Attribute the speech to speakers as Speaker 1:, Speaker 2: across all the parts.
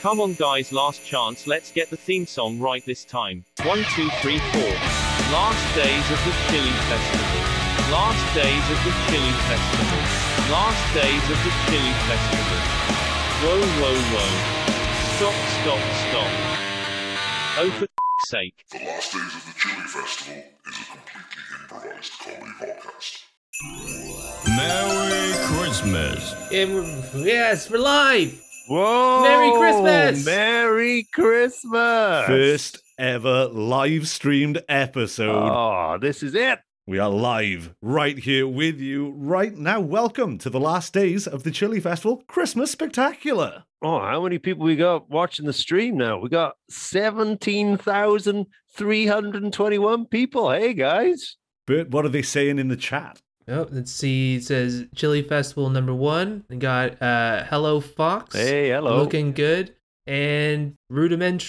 Speaker 1: Come on guys, last chance, let's get the theme song right this time. One, two, three, four. Last days of the Chili Festival. Last days of the Chili Festival. Last days of the Chili Festival. Whoa, whoa, whoa. Stop, stop, stop. Oh, for sake.
Speaker 2: The Last Days of the Chili Festival is a completely improvised comedy podcast.
Speaker 3: Merry Christmas.
Speaker 4: Yeah, we're- yes, we're live.
Speaker 3: Whoa.
Speaker 4: Merry Christmas.
Speaker 3: Merry Christmas.
Speaker 5: First ever live streamed episode.
Speaker 3: Oh, this is it.
Speaker 5: We are live right here with you right now. Welcome to the last days of the Chili Festival Christmas Spectacular.
Speaker 3: Oh, how many people we got watching the stream now? We got 17,321 people. Hey, guys.
Speaker 5: Bert, what are they saying in the chat?
Speaker 4: Oh, let's see. It says Chili Festival number one. We got uh, Hello Fox.
Speaker 3: Hey, hello.
Speaker 4: Looking good. And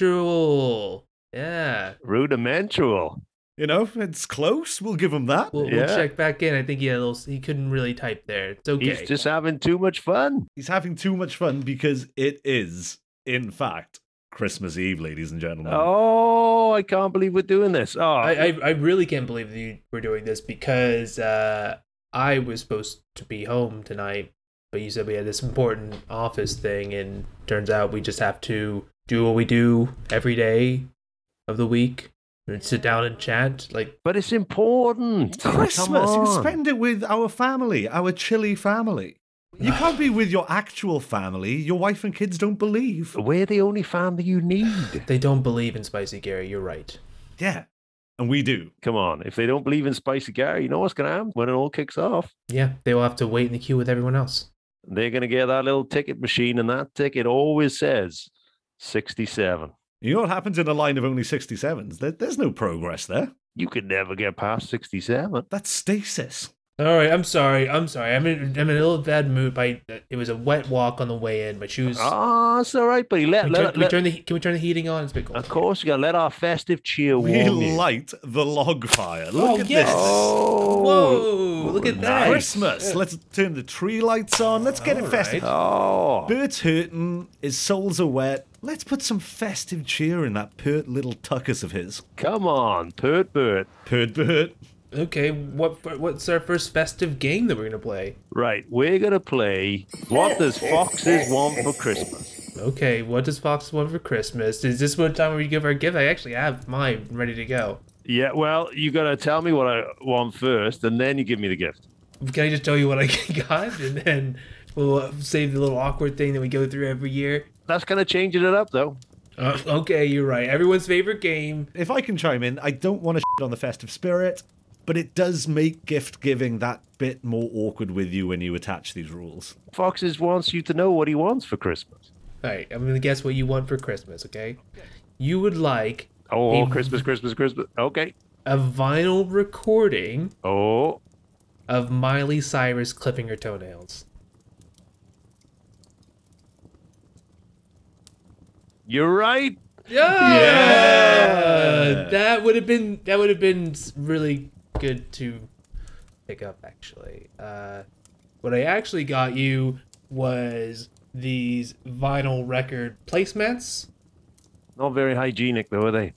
Speaker 4: Rudimental. Yeah.
Speaker 3: Rudimental.
Speaker 5: You know, it's close. We'll give them that.
Speaker 4: We'll,
Speaker 3: Yeah.
Speaker 4: we'll check back in. I think he, had a little, he couldn't really type there. It's okay.
Speaker 3: He's just having too much fun.
Speaker 5: He's having too much fun because it is, in fact, Christmas Eve, ladies and
Speaker 3: Mm.
Speaker 5: gentlemen.
Speaker 3: Oh, I can't believe we're doing this. Oh,
Speaker 4: I, I, I really can't believe that you were doing this because uh, I was supposed to be home tonight, but you said we had this important office thing, and turns out we just have to do what we do every day of the week and sit down and chat. Like,
Speaker 3: but it's important. Oh, Come
Speaker 5: Christmas. You
Speaker 3: on.
Speaker 5: spend it with our family, our chili family. You can't be with your actual family. Your wife and kids don't believe.
Speaker 3: We're the only family you need.
Speaker 4: they don't believe in Spicy Gary. You're right.
Speaker 5: Yeah. And we do.
Speaker 3: Come on. If they don't believe in Spicy Gary, you know what's going to happen when it all kicks off?
Speaker 4: Yeah, they will have to wait in the queue with everyone else.
Speaker 3: they're going to get that little ticket machine, and that ticket always says 67.
Speaker 5: You know what happens in a line of only 67s? There, there's no progress there.
Speaker 3: You could never get past 67.
Speaker 5: That's stasis.
Speaker 4: All right, I'm sorry. I'm sorry. I'm in, I'm in a little bad mood. By it was a wet walk on the way in. My shoes.
Speaker 3: Ah, it's all right, buddy. Let,
Speaker 4: Can we, turn,
Speaker 3: let,
Speaker 4: can we
Speaker 3: let-
Speaker 4: turn the he- can we turn the heating on? It's a bit cold.
Speaker 3: of course, you got to let our festive cheer warm
Speaker 5: We
Speaker 3: you.
Speaker 5: light the log fire. Look
Speaker 4: Oh,
Speaker 5: at
Speaker 4: yes.
Speaker 5: this.
Speaker 3: Oh,
Speaker 4: Whoa! Look at that.
Speaker 5: Christmas. Let's turn the tree lights on. Let's get it
Speaker 4: All
Speaker 5: festive.
Speaker 4: right.
Speaker 3: Oh,
Speaker 5: Bert's hurting. His soles are wet. Let's put some festive cheer in that pert little tuckus of his.
Speaker 3: come on, Pert Bert.
Speaker 5: Pert Bert.
Speaker 4: Okay, what what's our first festive game that we're gonna play?
Speaker 3: Right, we're going to play What Does Foxes Want for Christmas?
Speaker 4: Okay, what does Fox want for Christmas? Is this what time we give our gift? I actually have mine ready to go.
Speaker 3: Yeah, well, you got to tell me what I want first, and then you give me the gift.
Speaker 4: Can I just tell you what I got, and then we'll uh, save the little awkward thing that we go through every year?
Speaker 3: That's kind of changing it up, though.
Speaker 4: Uh, okay, you're right. Everyone's favorite game.
Speaker 5: If I can chime in, I don't want to shit on the festive spirit, but it does make gift giving that bit more awkward with you when you attach these rules.
Speaker 3: Foxes wants you to know what he wants for Christmas.
Speaker 4: All right, I'm gonna guess what you want for Christmas. Okay, you would like
Speaker 3: Oh,
Speaker 4: He-
Speaker 3: Christmas, Christmas, Christmas. Okay.
Speaker 4: a vinyl recording
Speaker 3: Oh,
Speaker 4: of Miley Cyrus clipping her toenails.
Speaker 3: you're right.
Speaker 4: Yeah, that would have been that would have been s- really good to pick up. Actually, uh, what I actually got you was these vinyl record placemats.
Speaker 3: Not very hygienic, though, are they?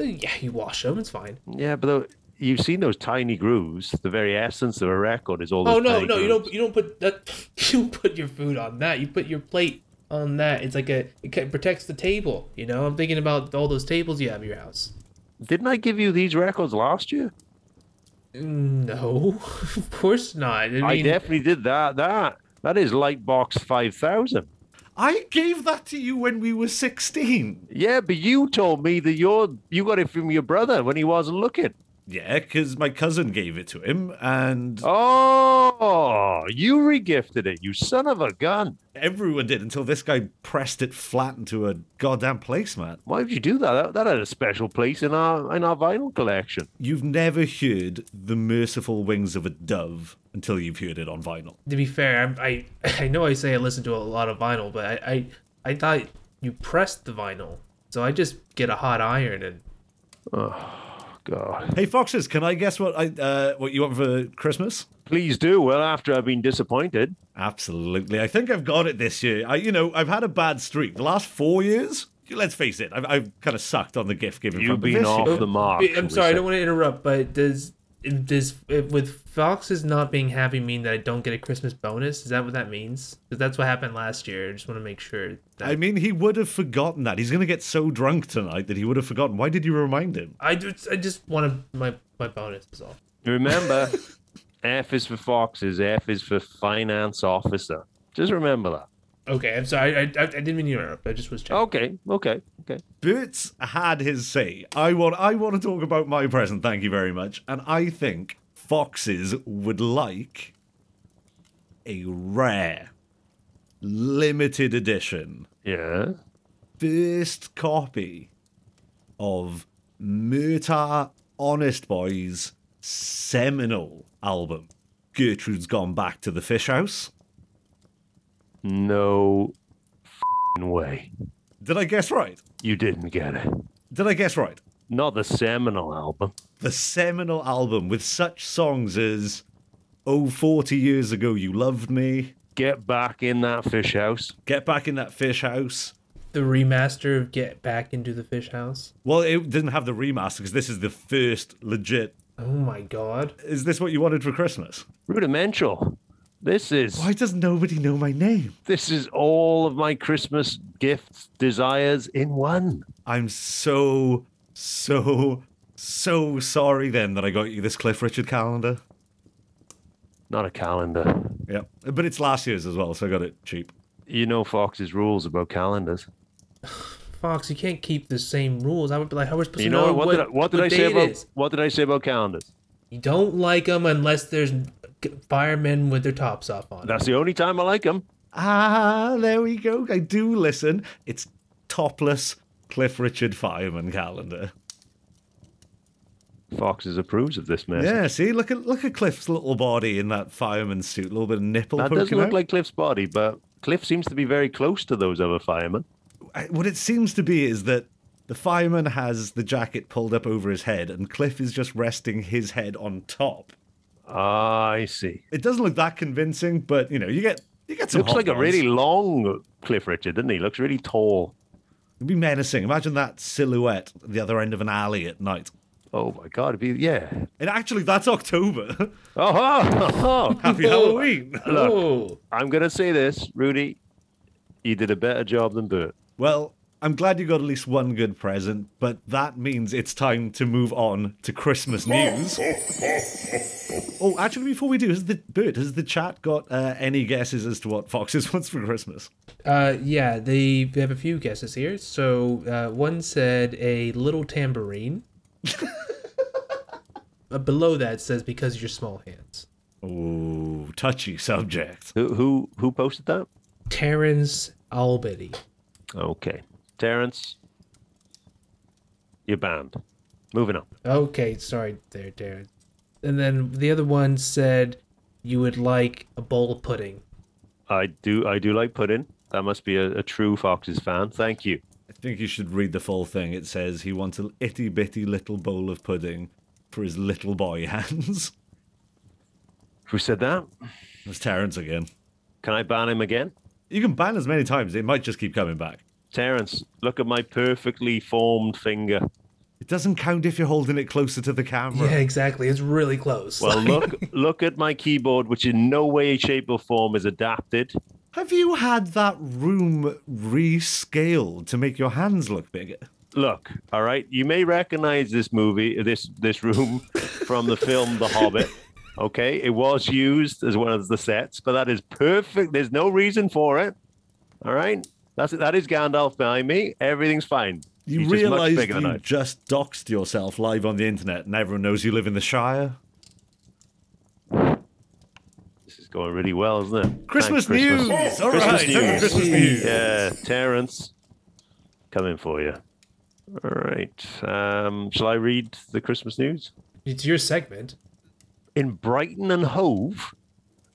Speaker 4: Uh, Yeah, you wash them; it's fine.
Speaker 3: Yeah, but though, you've seen those tiny grooves. The very essence of a record is all. Those
Speaker 4: Oh no,
Speaker 3: tiny
Speaker 4: no, you
Speaker 3: grooves.
Speaker 4: don't you don't put that you don't put your food on that. You put your plate on that. It's like a it ca- protects the table. You know, I'm thinking about all those tables you have in your house.
Speaker 3: Didn't I give you these records last year?
Speaker 4: Mm, No, of course not. I, mean,
Speaker 3: I definitely did that. That that is Lightbox Five Thousand.
Speaker 5: I gave that to you when we were 16.
Speaker 3: Yeah, but you told me that your you got it from your brother when he wasn't looking.
Speaker 5: Yeah, because my cousin gave it to him, and
Speaker 3: Oh, you regifted it, you son of a gun!
Speaker 5: everyone did until this guy pressed it flat into a goddamn placemat.
Speaker 3: Why would you do that? That, that had a special place in our in our vinyl collection.
Speaker 5: You've never heard the merciful wings of a dove until you've heard it on vinyl.
Speaker 4: to be fair, I'm, I I know I say I listen to a lot of vinyl, but I, I I thought you pressed the vinyl, so I just get a hot iron and
Speaker 3: God.
Speaker 5: Hey foxes, can I guess what I uh, what you want for Christmas?
Speaker 3: Please do. Well, after I've been disappointed.
Speaker 5: Absolutely. I think I've got it this year. I, you know, I've had a bad streak. The last four years, let's face it, I've, I've kind of sucked on the gift giving.
Speaker 3: You've
Speaker 5: front, but
Speaker 3: been
Speaker 5: this
Speaker 3: off
Speaker 5: year-
Speaker 3: the mark. shall
Speaker 4: I'm
Speaker 3: we
Speaker 4: sorry, I
Speaker 3: say.
Speaker 4: don't want to interrupt, but does if- does if- with foxes not being happy mean that I don't get a Christmas bonus? Is that what that means? 'Cause that's what happened last year. I just want to make sure. That
Speaker 5: I mean, he would have forgotten that. He's going to get so drunk tonight that he would have forgotten. Why did you remind him?
Speaker 4: I just I just wanted my my bonus is all.
Speaker 3: Remember, F is for foxes. F is for finance officer. Just remember that.
Speaker 4: Okay, I'm sorry. I, I, I didn't mean to interrupt. I just was
Speaker 5: Oh.
Speaker 4: checking.
Speaker 3: Okay, okay, okay.
Speaker 5: Boots had his say. I want I want to talk about my present, thank you very much. And I think foxes would like a rare limited edition
Speaker 3: Yeah.
Speaker 5: first copy of Murta Honest Boy's seminal album. Gertrude's gone back to the fish house.
Speaker 3: No fing way.
Speaker 5: Did I guess right?
Speaker 3: You didn't get it.
Speaker 5: Did I guess right?
Speaker 3: Not the seminal album.
Speaker 5: the seminal album with such songs as Oh, 40 Years Ago You Loved Me,
Speaker 3: Get back in that fish house.
Speaker 5: Get Back in That Fish House.
Speaker 4: The remaster of Get Back into the Fish House.
Speaker 5: Well, it didn't have the remaster because this is the first legit.
Speaker 4: Oh my god.
Speaker 5: Is this what you wanted for Christmas?
Speaker 3: Rudimental. This is
Speaker 5: Why does nobody know my name?
Speaker 3: this is all of my Christmas gifts, desires in one.
Speaker 5: I'm so, so, so sorry then that I got you this Cliff Richard calendar.
Speaker 3: Not a calendar.
Speaker 5: Yeah, but it's last year's as well, so I got it cheap.
Speaker 3: You know Fox's rules about calendars.
Speaker 4: Fox, you can't keep the same rules. I would be like, how we're supposed
Speaker 3: You
Speaker 4: to
Speaker 3: know
Speaker 4: know
Speaker 3: what, did I, what did I
Speaker 4: day
Speaker 3: say
Speaker 4: it
Speaker 3: about
Speaker 4: is?
Speaker 3: what did I say about calendars?
Speaker 4: You don't like them unless there's firemen with their tops off on.
Speaker 3: That's the only time I like them.
Speaker 5: Ah, there we go. I do listen. It's topless Cliff Richard fireman calendar.
Speaker 3: Foxes approves of this mess.
Speaker 5: Yeah, see, look at look at Cliff's little body in that fireman suit, a little bit of nipple
Speaker 3: that doesn't
Speaker 5: poking
Speaker 3: look
Speaker 5: out.
Speaker 3: like Cliff's body, but Cliff seems to be very close to those other firemen.
Speaker 5: I- What it seems to be is that the fireman has the jacket pulled up over his head, and Cliff is just resting his head on top.
Speaker 3: I see.
Speaker 5: It doesn't look that convincing, but you know, you get you get some.
Speaker 3: Looks
Speaker 5: hot
Speaker 3: like a
Speaker 5: ones.
Speaker 3: really long Cliff Richard, doesn't he? Looks really tall.
Speaker 5: It'd be menacing. Imagine that silhouette at the other end of an alley at night.
Speaker 3: Oh my god, it'd be yeah.
Speaker 5: And actually, that's October.
Speaker 3: Oh, oh, oh, oh.
Speaker 5: Happy Halloween.
Speaker 3: Look.
Speaker 4: Oh,
Speaker 3: I'm gonna say this, Rudy. You did a better job than Bert.
Speaker 5: Well, I'm glad you got at least one good present, but that means it's time to move on to Christmas news. oh, actually, before we do, has the Bert, has the chat got uh, any guesses as to what Foxes wants for Christmas?
Speaker 4: uh, yeah. They, they have a few guesses here. So uh, one said a little tambourine. uh, below that says because of your small hands.
Speaker 5: Oh, touchy subject.
Speaker 3: Who who who posted that?
Speaker 4: Terrence Albity.
Speaker 3: Okay, Terrence, you're banned. Moving on.
Speaker 4: Okay, sorry there, Darren. And then the other one said you would like a bowl of pudding.
Speaker 3: I do I do like pudding. That must be a, a true Foxes fan. Thank you.
Speaker 5: I think you should read the full thing. It says he wants an itty bitty little bowl of pudding for his little boy hands.
Speaker 3: Who said that?
Speaker 5: That's Terrence again.
Speaker 3: Can I ban him again?
Speaker 5: You can ban as many times, it might just keep coming back.
Speaker 3: Terence, look at my perfectly formed finger.
Speaker 5: It doesn't count if you're holding it closer to the camera.
Speaker 4: Yeah, exactly. It's really close.
Speaker 3: Well, look look at my keyboard, which in no way, shape, or form is adapted.
Speaker 5: Have you had that room rescaled to make your hands look bigger?
Speaker 3: Look, all right, you may recognize this movie, this this room from the film The Hobbit. Okay, it was used as one of the sets, but that is perfect. There's no reason for it. All right, that's it. That is Gandalf behind me. Everything's fine.
Speaker 5: You
Speaker 3: He's just much
Speaker 5: realize
Speaker 3: bigger than I
Speaker 5: you
Speaker 3: am.
Speaker 5: just doxed yourself live on the internet and everyone knows you live in the Shire?
Speaker 3: This is going really well, isn't it?
Speaker 5: Christmas
Speaker 3: Thanks,
Speaker 5: news! All right, time for Christmas news.
Speaker 3: Yeah, Terrence, coming for you. All right. Um, shall I read the Christmas news?
Speaker 4: it's your segment.
Speaker 3: In Brighton and Hove,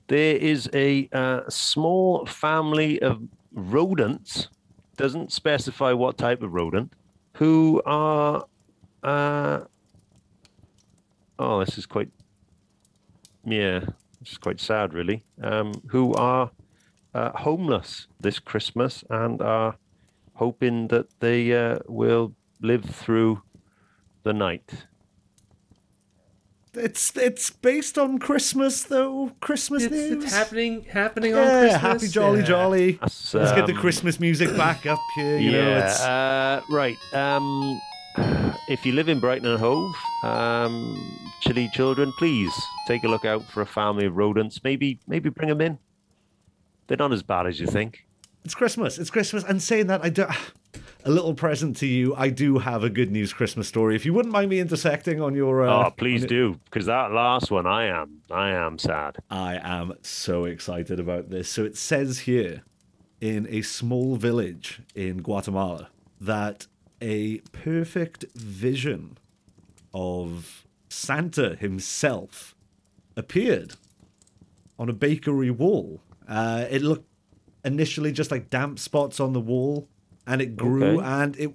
Speaker 3: there is a uh, small family of rodents, doesn't specify what type of rodent, who are uh, oh, this is quite, yeah, this is quite sad, really, um, who are uh, homeless this Christmas and are hoping that they uh, will live through the night.
Speaker 5: It's it's based on Christmas though. Christmas
Speaker 4: It's,
Speaker 5: news.
Speaker 4: it's happening happening on
Speaker 5: yeah,
Speaker 4: Christmas.
Speaker 5: happy jolly
Speaker 4: Yeah.
Speaker 5: jolly.
Speaker 3: That's,
Speaker 5: Let's get the
Speaker 3: um,
Speaker 5: Christmas music back up here. You
Speaker 3: yeah,
Speaker 5: know, it's
Speaker 3: uh, right. Um, if you live in Brighton and Hove, um, chilly children, please take a look out for a family of rodents. Maybe, maybe bring them in. They're not as bad as you think.
Speaker 5: It's Christmas. It's Christmas. And saying that, I do a little present to you. I do have a good news Christmas story. If you wouldn't mind me intersecting on your, uh,
Speaker 3: oh, please do, because that last one, I am, I am sad.
Speaker 5: I am so excited about this. So it says here, in a small village in Guatemala, that a perfect vision of Santa himself appeared on a bakery wall. Uh, it looked initially just like damp spots on the wall, and it grew
Speaker 3: Okay.
Speaker 5: and it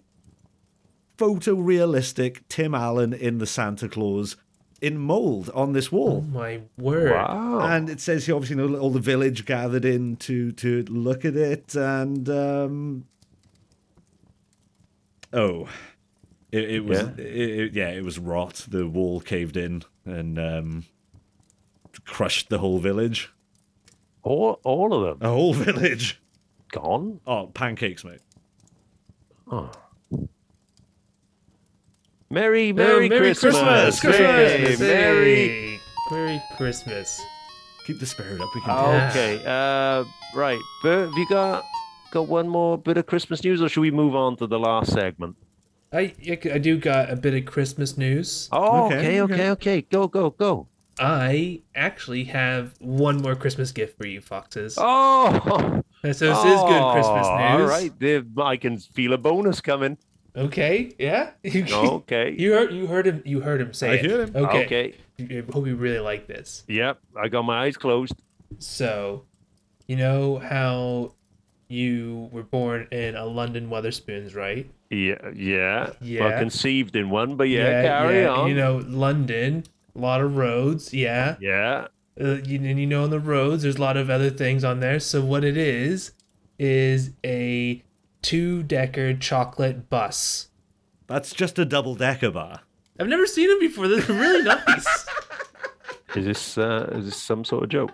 Speaker 5: photorealistic Tim Allen in the Santa Claus in mold on this wall.
Speaker 4: Oh My word.
Speaker 3: Wow.
Speaker 5: And it says here, obviously, you know, all the village gathered in to to look at it, and um, oh, it, it was
Speaker 3: Yeah.
Speaker 5: yeah. It, it- yeah, it was rot. The wall caved in and um, crushed the whole village.
Speaker 3: all, all of them
Speaker 5: A whole village.
Speaker 3: gone.
Speaker 5: Oh, pancakes, mate.
Speaker 3: Merry,
Speaker 4: Oh,
Speaker 3: merry, Christmas.
Speaker 4: Christmas.
Speaker 3: Hey,
Speaker 4: Christmas.
Speaker 3: merry.
Speaker 4: Hey. Merry Christmas.
Speaker 5: Keep the spirit up. We can. do it.
Speaker 3: Okay. Uh, right. Bert, have you got got one more bit of Christmas news, or should we move on to the last segment?
Speaker 4: I I do got a bit of Christmas news.
Speaker 3: Oh, okay,
Speaker 5: Okay,
Speaker 3: okay, okay.
Speaker 5: okay.
Speaker 3: Go, go, go.
Speaker 4: I actually have one more Christmas gift for you, foxes.
Speaker 3: Oh,
Speaker 4: And so this is good Christmas
Speaker 3: oh,
Speaker 4: news.
Speaker 3: All right, there- I can feel a bonus coming.
Speaker 4: Okay. Yeah. You,
Speaker 3: Okay.
Speaker 4: you heard you heard him you heard him say
Speaker 5: I
Speaker 4: it.
Speaker 5: heard him.
Speaker 4: Okay.
Speaker 3: Okay.
Speaker 4: I hope you really like this.
Speaker 3: Yep, I got my eyes closed.
Speaker 4: So, you know how you were born in a London Weatherspoons, right?
Speaker 3: Yeah, yeah. Well,
Speaker 4: Yeah.
Speaker 3: conceived in one, but yeah, carry
Speaker 4: yeah.
Speaker 3: on.
Speaker 4: You know, London, a lot of roads, yeah.
Speaker 3: yeah.
Speaker 4: Uh, you, and you know, on the roads, there's a lot of other things on there. So what it is is a two-decker chocolate bus.
Speaker 5: That's just a double decker bar.
Speaker 4: I've never seen them before. They're really nice.
Speaker 3: Is this uh, is this some sort of joke?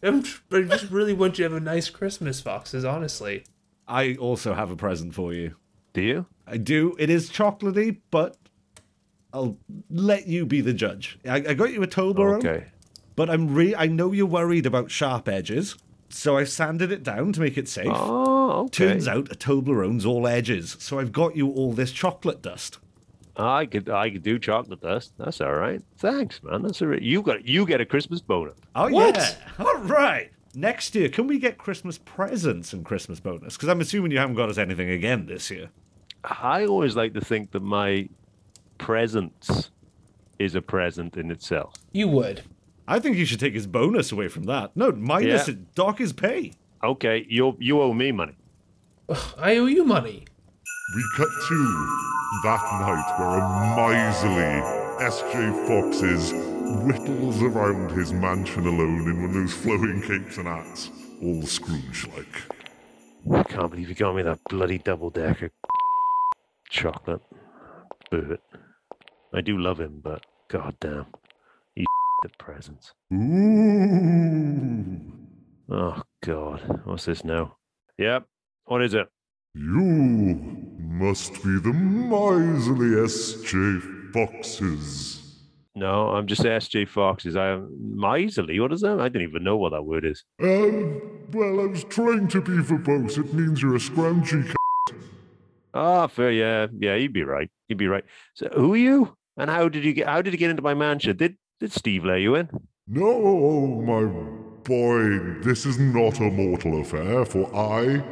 Speaker 4: I'm, tr- I just really want you to have a nice Christmas, foxes. Honestly,
Speaker 5: I also have a present for you.
Speaker 3: Do you?
Speaker 5: I do. It is chocolatey, but I'll let you be the judge. I, I got you a Toblerone.
Speaker 3: Okay.
Speaker 5: But I'm re I know you're worried about sharp edges, so I've sanded it down to make it safe.
Speaker 3: Oh, okay.
Speaker 5: Turns out a Toblerone's all edges, so I've got you all this chocolate dust.
Speaker 3: I could I could do chocolate dust. That's all right. Thanks, man. That's all right. You got you get a Christmas bonus.
Speaker 5: Oh
Speaker 4: What?
Speaker 5: yeah. All right. Next year, can we get Christmas presents and Christmas bonus? Because I'm assuming you haven't got us anything again this year.
Speaker 3: I always like to think that my presence is a present in itself.
Speaker 4: you would.
Speaker 5: I think you should take his bonus away from that. No, minus
Speaker 3: Yeah.
Speaker 5: it. Dock his pay.
Speaker 3: Okay, you you owe me money.
Speaker 4: I owe you money.
Speaker 6: We cut to that night where a miserly SJ Foxes whittles around his mansion alone in one of those flowing capes and hats, all Scrooge like.
Speaker 3: I can't believe you got me that bloody double decker chocolate bird. I do love him, but goddamn, he at presents.
Speaker 6: Ooh,
Speaker 3: Oh god, what's this now? Yep. What is it?
Speaker 6: you must be the miserly SJ Foxes.
Speaker 3: No, I'm just SJ Foxes. I am miserly. What is that? I didn't even know what that word is.
Speaker 6: Um, well, I was trying to be verbose. It means you're a scroungy c-
Speaker 3: Ah, fair. Yeah, yeah. You'd be right. You'd be right. So, who are you? And how did you get? How did you get into my mansion? Did Did Steve lay you in?
Speaker 6: No, my boy, this is not a mortal affair, for I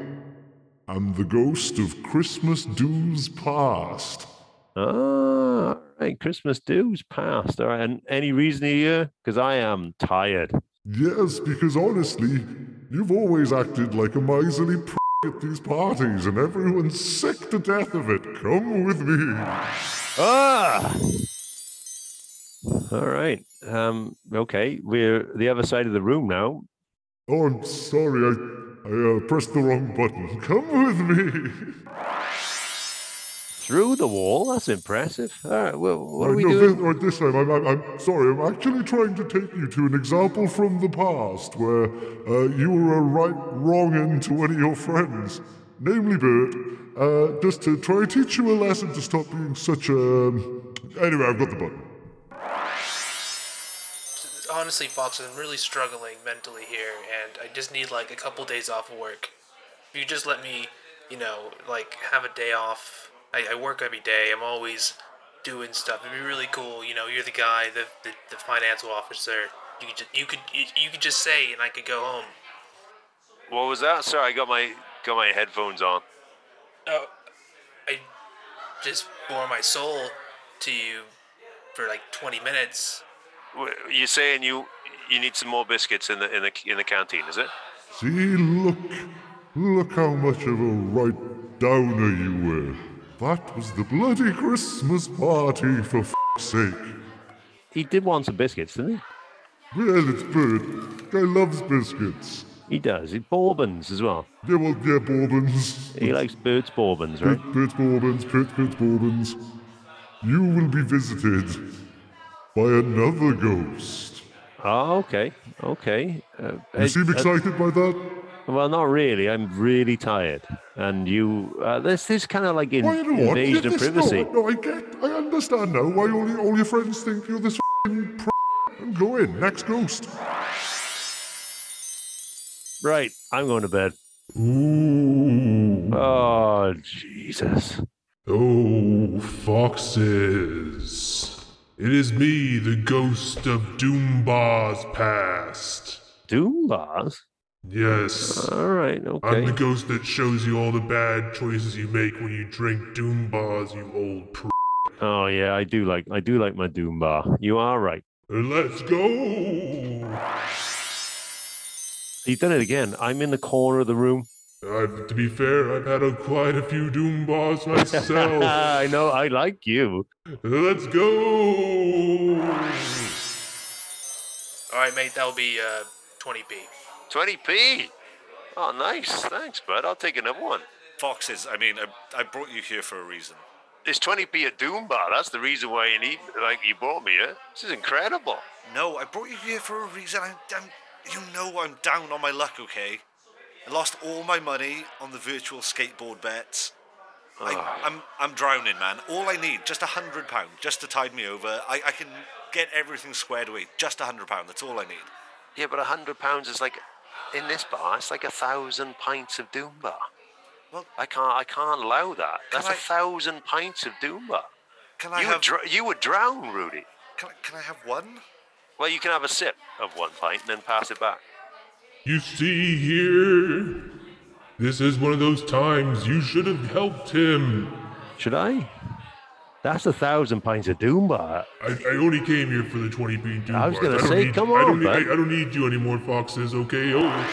Speaker 6: am the ghost of Christmas dues past.
Speaker 3: Ah, all right. Christmas dues passed. All right. And any reason here? Because I am tired.
Speaker 6: Yes, because honestly, you've always acted like a miserly prig at these parties, and everyone's sick to death of it. Come with me.
Speaker 3: Ah. All right. Um, okay. We're the other side of the room now.
Speaker 6: Oh, I'm sorry, I, I uh, pressed the wrong button. Come with me.
Speaker 3: Through the wall. That's impressive. All right. Well, what are
Speaker 6: Right,
Speaker 3: we
Speaker 6: no,
Speaker 3: doing?
Speaker 6: This, right, this time, I'm, I'm, I'm sorry, I'm actually trying to take you to an example from the past where uh, you were a right wrong end to one of your friends, namely Bert, uh, just to try to teach you a lesson to stop being such a. um, Anyway, I've got the button.
Speaker 4: Honestly, Fox, I'm really struggling mentally here, and I just need like a couple days off of work. If you just let me, you know, like have a day off. I, I work every day. I'm always doing stuff. It'd be really cool. You know, you're the guy, the the, the financial officer. You could just, you could you, you could just say, and I could go home.
Speaker 3: What was that? Sorry, I got my got my headphones on.
Speaker 4: Oh, I just bore my soul to you for like 20 minutes.
Speaker 3: W- You're saying you you need some more biscuits in the in the in the canteen, is it?
Speaker 6: See, look, look how much of a right downer you were. That was the bloody Christmas party, for f***'s sake.
Speaker 3: He did want some biscuits, didn't
Speaker 6: Well, it's Bert. Guy loves biscuits.
Speaker 3: he? He does. He bourbons as well.
Speaker 6: Yeah, well, yeah, bourbons.
Speaker 3: He likes Bert's bourbons, right?
Speaker 6: Pit, pit bourbons, pit, pit bourbons. You will be visited by another ghost.
Speaker 3: Oh, okay, okay. Uh,
Speaker 6: You
Speaker 3: uh,
Speaker 6: seem
Speaker 3: uh,
Speaker 6: excited by that?
Speaker 3: Well, not really. I'm really tired, and you. Uh, this this kind of like in,
Speaker 6: Why not?
Speaker 3: invasion
Speaker 6: Yeah,
Speaker 3: of
Speaker 6: this-
Speaker 3: privacy.
Speaker 6: No, no, I get, I understand now why all your, all your friends think you're this f***ing pr. I'm going. Next ghost.
Speaker 3: Right, I'm going to bed.
Speaker 7: Ooh.
Speaker 3: Oh Jesus!
Speaker 7: Oh, foxes. It is me, the ghost of Doombar's past.
Speaker 3: Doom bars.
Speaker 7: Yes.
Speaker 3: All right,
Speaker 7: I'm the
Speaker 3: okay.
Speaker 7: ghost that shows you all the bad choices you make when you drink Doom bars, you old pr.
Speaker 3: Oh yeah, I do like I do like my Doom bar. You are right.
Speaker 7: Let's go!
Speaker 3: You've done it again. I'm in the corner of the room.
Speaker 7: i to be fair, I've had a, quite a few Doom bars myself.
Speaker 3: I know. I like you.
Speaker 7: Let's go!
Speaker 4: All right, mate, that'll be uh, 20p.
Speaker 3: Twenty p. Oh, nice. Thanks, bud. I'll take another one.
Speaker 8: Foxes, I mean, I, I brought you here for a reason.
Speaker 3: It's twenty p a Doom bar. That's the reason why you need like you brought me here. This is incredible.
Speaker 8: No, I brought you here for a reason. I'm, I'm, you know I'm down on my luck, okay? I lost all my money on the virtual skateboard bets. I, I'm, I'm drowning, man. All I need, just a hundred pound, just to tide me over. I, I can get everything squared away. Just a hundred pound. That's all I need.
Speaker 3: Yeah, but a hundred pounds is like in this bar, it's like a thousand pints of Doom bar.
Speaker 8: Well-
Speaker 3: I can't, I can't allow that. That's a
Speaker 8: I-
Speaker 3: thousand pints of Doom bar.
Speaker 8: Can I
Speaker 3: you
Speaker 8: have?
Speaker 3: would dr- you would drown, Rudy.
Speaker 8: can, I, can I have one?
Speaker 3: Well, you can have a sip of one pint and then pass it back.
Speaker 7: You see here, this is one of those times you should have helped him.
Speaker 3: Should I? That's a thousand pints of Doom bar.
Speaker 7: I, I only came here for the 20p Doom
Speaker 3: I was
Speaker 7: bars.
Speaker 3: gonna
Speaker 7: don't
Speaker 3: say,
Speaker 7: need-
Speaker 3: come
Speaker 7: I
Speaker 3: on,
Speaker 7: don't, need, I,
Speaker 3: bud.
Speaker 7: I don't need you anymore, foxes, okay? Oh,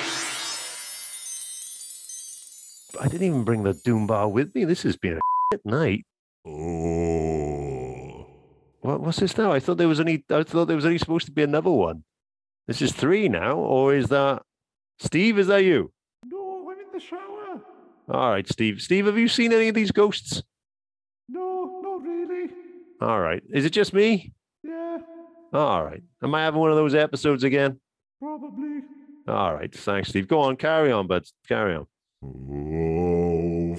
Speaker 3: I didn't even bring the Doom bar with me. This has been a shit night.
Speaker 6: Oh.
Speaker 3: What, what's this now? I thought there was only I thought there was only supposed to be another one. This is three now, or is that Steve? Is that you?
Speaker 9: No, I'm in the shower.
Speaker 3: All right, Steve. Steve, have you seen any of these ghosts?
Speaker 9: No, not really.
Speaker 3: All right. Is it just me?
Speaker 9: Yeah,
Speaker 3: All right. Am I having one of those episodes again?
Speaker 9: probably.
Speaker 3: All right. Thanks, Steve. Go on. Carry on, bud. Carry on.
Speaker 6: Oh,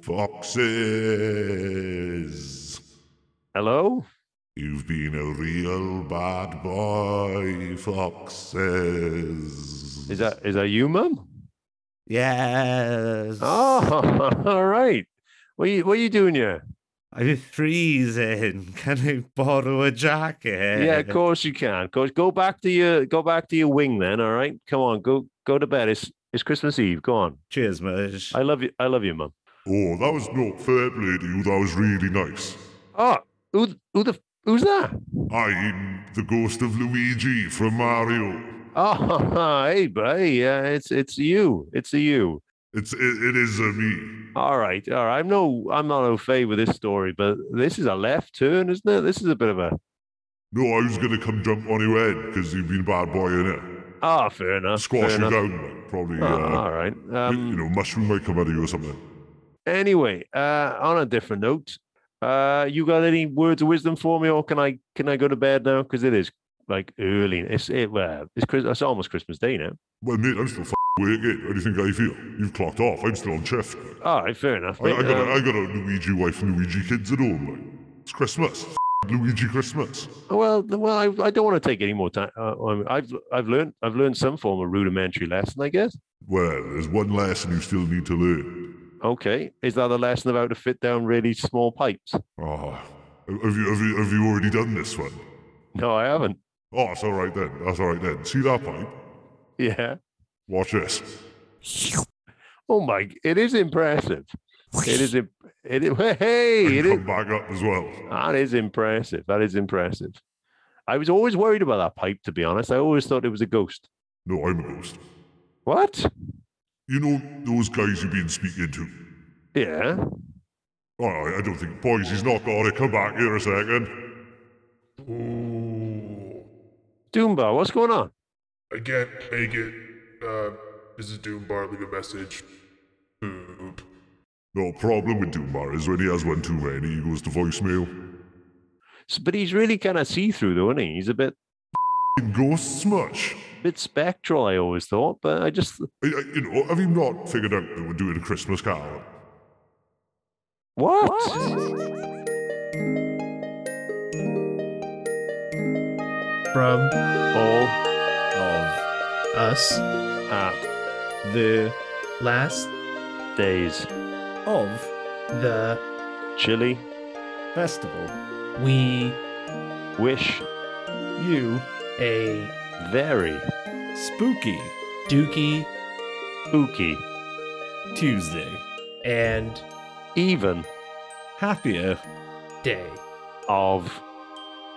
Speaker 6: foxes.
Speaker 3: Hello?
Speaker 6: You've been a real bad boy, foxes.
Speaker 3: Is that is that you, Mum?
Speaker 5: Yes.
Speaker 3: Oh, all right. What are you, what are you doing here?
Speaker 5: I'm freezing. Can I borrow a jacket?
Speaker 3: Yeah, of course you can. Of course, go back to your go back to your wing then. All right. Come on. Go go to bed. It's it's Christmas Eve. Go on.
Speaker 5: Cheers, Mush.
Speaker 3: I love you. I love you, Mum.
Speaker 6: Oh, that was not fair play to you. That was really nice.
Speaker 3: Oh, who who the who's that?
Speaker 6: I'm the ghost of Luigi from Mario.
Speaker 3: Oh, hey, buddy. Yeah, it's it's you. It's you.
Speaker 6: It's it, it is a me.
Speaker 3: All right, all right. I'm no, I'm not au fait with this story, but this is a left turn, isn't it? This is a bit of a
Speaker 6: No, I was going to come jump on your head because you've been a bad boy, innit?
Speaker 3: Ah, fair enough.
Speaker 6: Squash
Speaker 3: fair
Speaker 6: you
Speaker 3: enough.
Speaker 6: down, like, probably.
Speaker 3: Ah,
Speaker 6: uh,
Speaker 3: all right.
Speaker 6: you-
Speaker 3: Um,
Speaker 6: you know, mushroom might come out of you or something.
Speaker 3: anyway, uh, on a different note, uh, you got any words of wisdom for me, or can I can I go to bed now? Because it is like early. It's it. Well, it's Chris, It's almost Christmas Day now.
Speaker 6: Well, mate, I'm still f- working. How do you think I feel? You've clocked off. I'm still on shift.
Speaker 3: All right, fair enough.
Speaker 6: I,
Speaker 3: mate.
Speaker 6: I, got,
Speaker 3: Um,
Speaker 6: a, I got a Luigi wife and Luigi kids at home. Like, it's Christmas. F- Luigi Christmas.
Speaker 3: Well, th- well, I, I don't want to take any more time. Uh, um, I've I've learned I've learned some form of rudimentary lesson, I guess.
Speaker 6: Well, there's one lesson you still need to learn.
Speaker 3: Okay, is that a lesson about to fit down really small pipes?
Speaker 6: Ah, have you have you have you already done this one?
Speaker 3: No, I haven't.
Speaker 6: Oh, that's all right then. That's all right then. See that pipe?
Speaker 3: Yeah.
Speaker 6: Watch this.
Speaker 3: Oh my! g- It is impressive. It is. imp- It is. Hey, it
Speaker 6: and
Speaker 3: is.
Speaker 6: come back up as well.
Speaker 3: That is impressive. That is impressive. I was always worried about that pipe, to be honest. I always thought it was a ghost.
Speaker 6: No, I'm a ghost.
Speaker 3: What?
Speaker 6: You know those guys you've been speaking to.
Speaker 3: Yeah.
Speaker 6: Oh, I I don't think boys. He's not got it. Come back here a second.
Speaker 7: Ooh.
Speaker 3: Doomba, what's going on?
Speaker 7: I can't make it. Uh, this is Doom Barley the message. Boop.
Speaker 6: No problem with Doomar is when he has one too many, he goes to voicemail.
Speaker 3: S- But he's really kind of see through, though, isn't he? He's a bit
Speaker 6: In ghost smush.
Speaker 3: bit spectral, I always thought, but I just.
Speaker 6: I, I, you know, have you not figured out that we're doing a Christmas carol?
Speaker 3: What?
Speaker 4: From
Speaker 3: All
Speaker 5: Of
Speaker 4: us
Speaker 3: at
Speaker 5: the
Speaker 4: last
Speaker 3: days.
Speaker 5: of
Speaker 4: the
Speaker 3: Chili,
Speaker 5: festival,
Speaker 4: we
Speaker 3: wish,
Speaker 5: you
Speaker 4: a
Speaker 3: very
Speaker 5: spooky
Speaker 4: dookie
Speaker 3: spooky,
Speaker 5: Tuesday,
Speaker 4: and
Speaker 3: even
Speaker 5: happier
Speaker 4: day
Speaker 3: of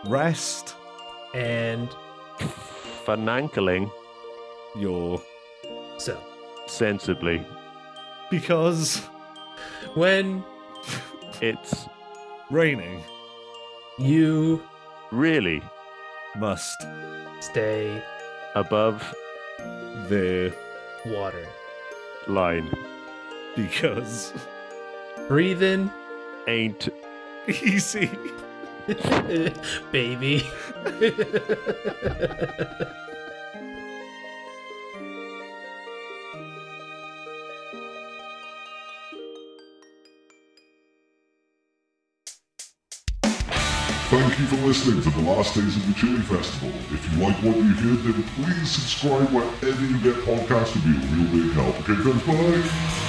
Speaker 5: rest
Speaker 4: and
Speaker 3: finankling
Speaker 5: your
Speaker 4: so
Speaker 3: sensibly.
Speaker 5: because
Speaker 4: when
Speaker 3: It's
Speaker 5: raining
Speaker 4: you
Speaker 3: really
Speaker 5: must
Speaker 4: stay
Speaker 3: above
Speaker 5: the
Speaker 4: water
Speaker 3: line.
Speaker 5: because
Speaker 4: breathing
Speaker 3: Ain't
Speaker 5: easy
Speaker 4: baby
Speaker 2: Thank you for listening to the last days of the Chili Festival. If you like what you heard, then please subscribe wherever you get podcasts from you. Real big help. Okay, thanks. Bye.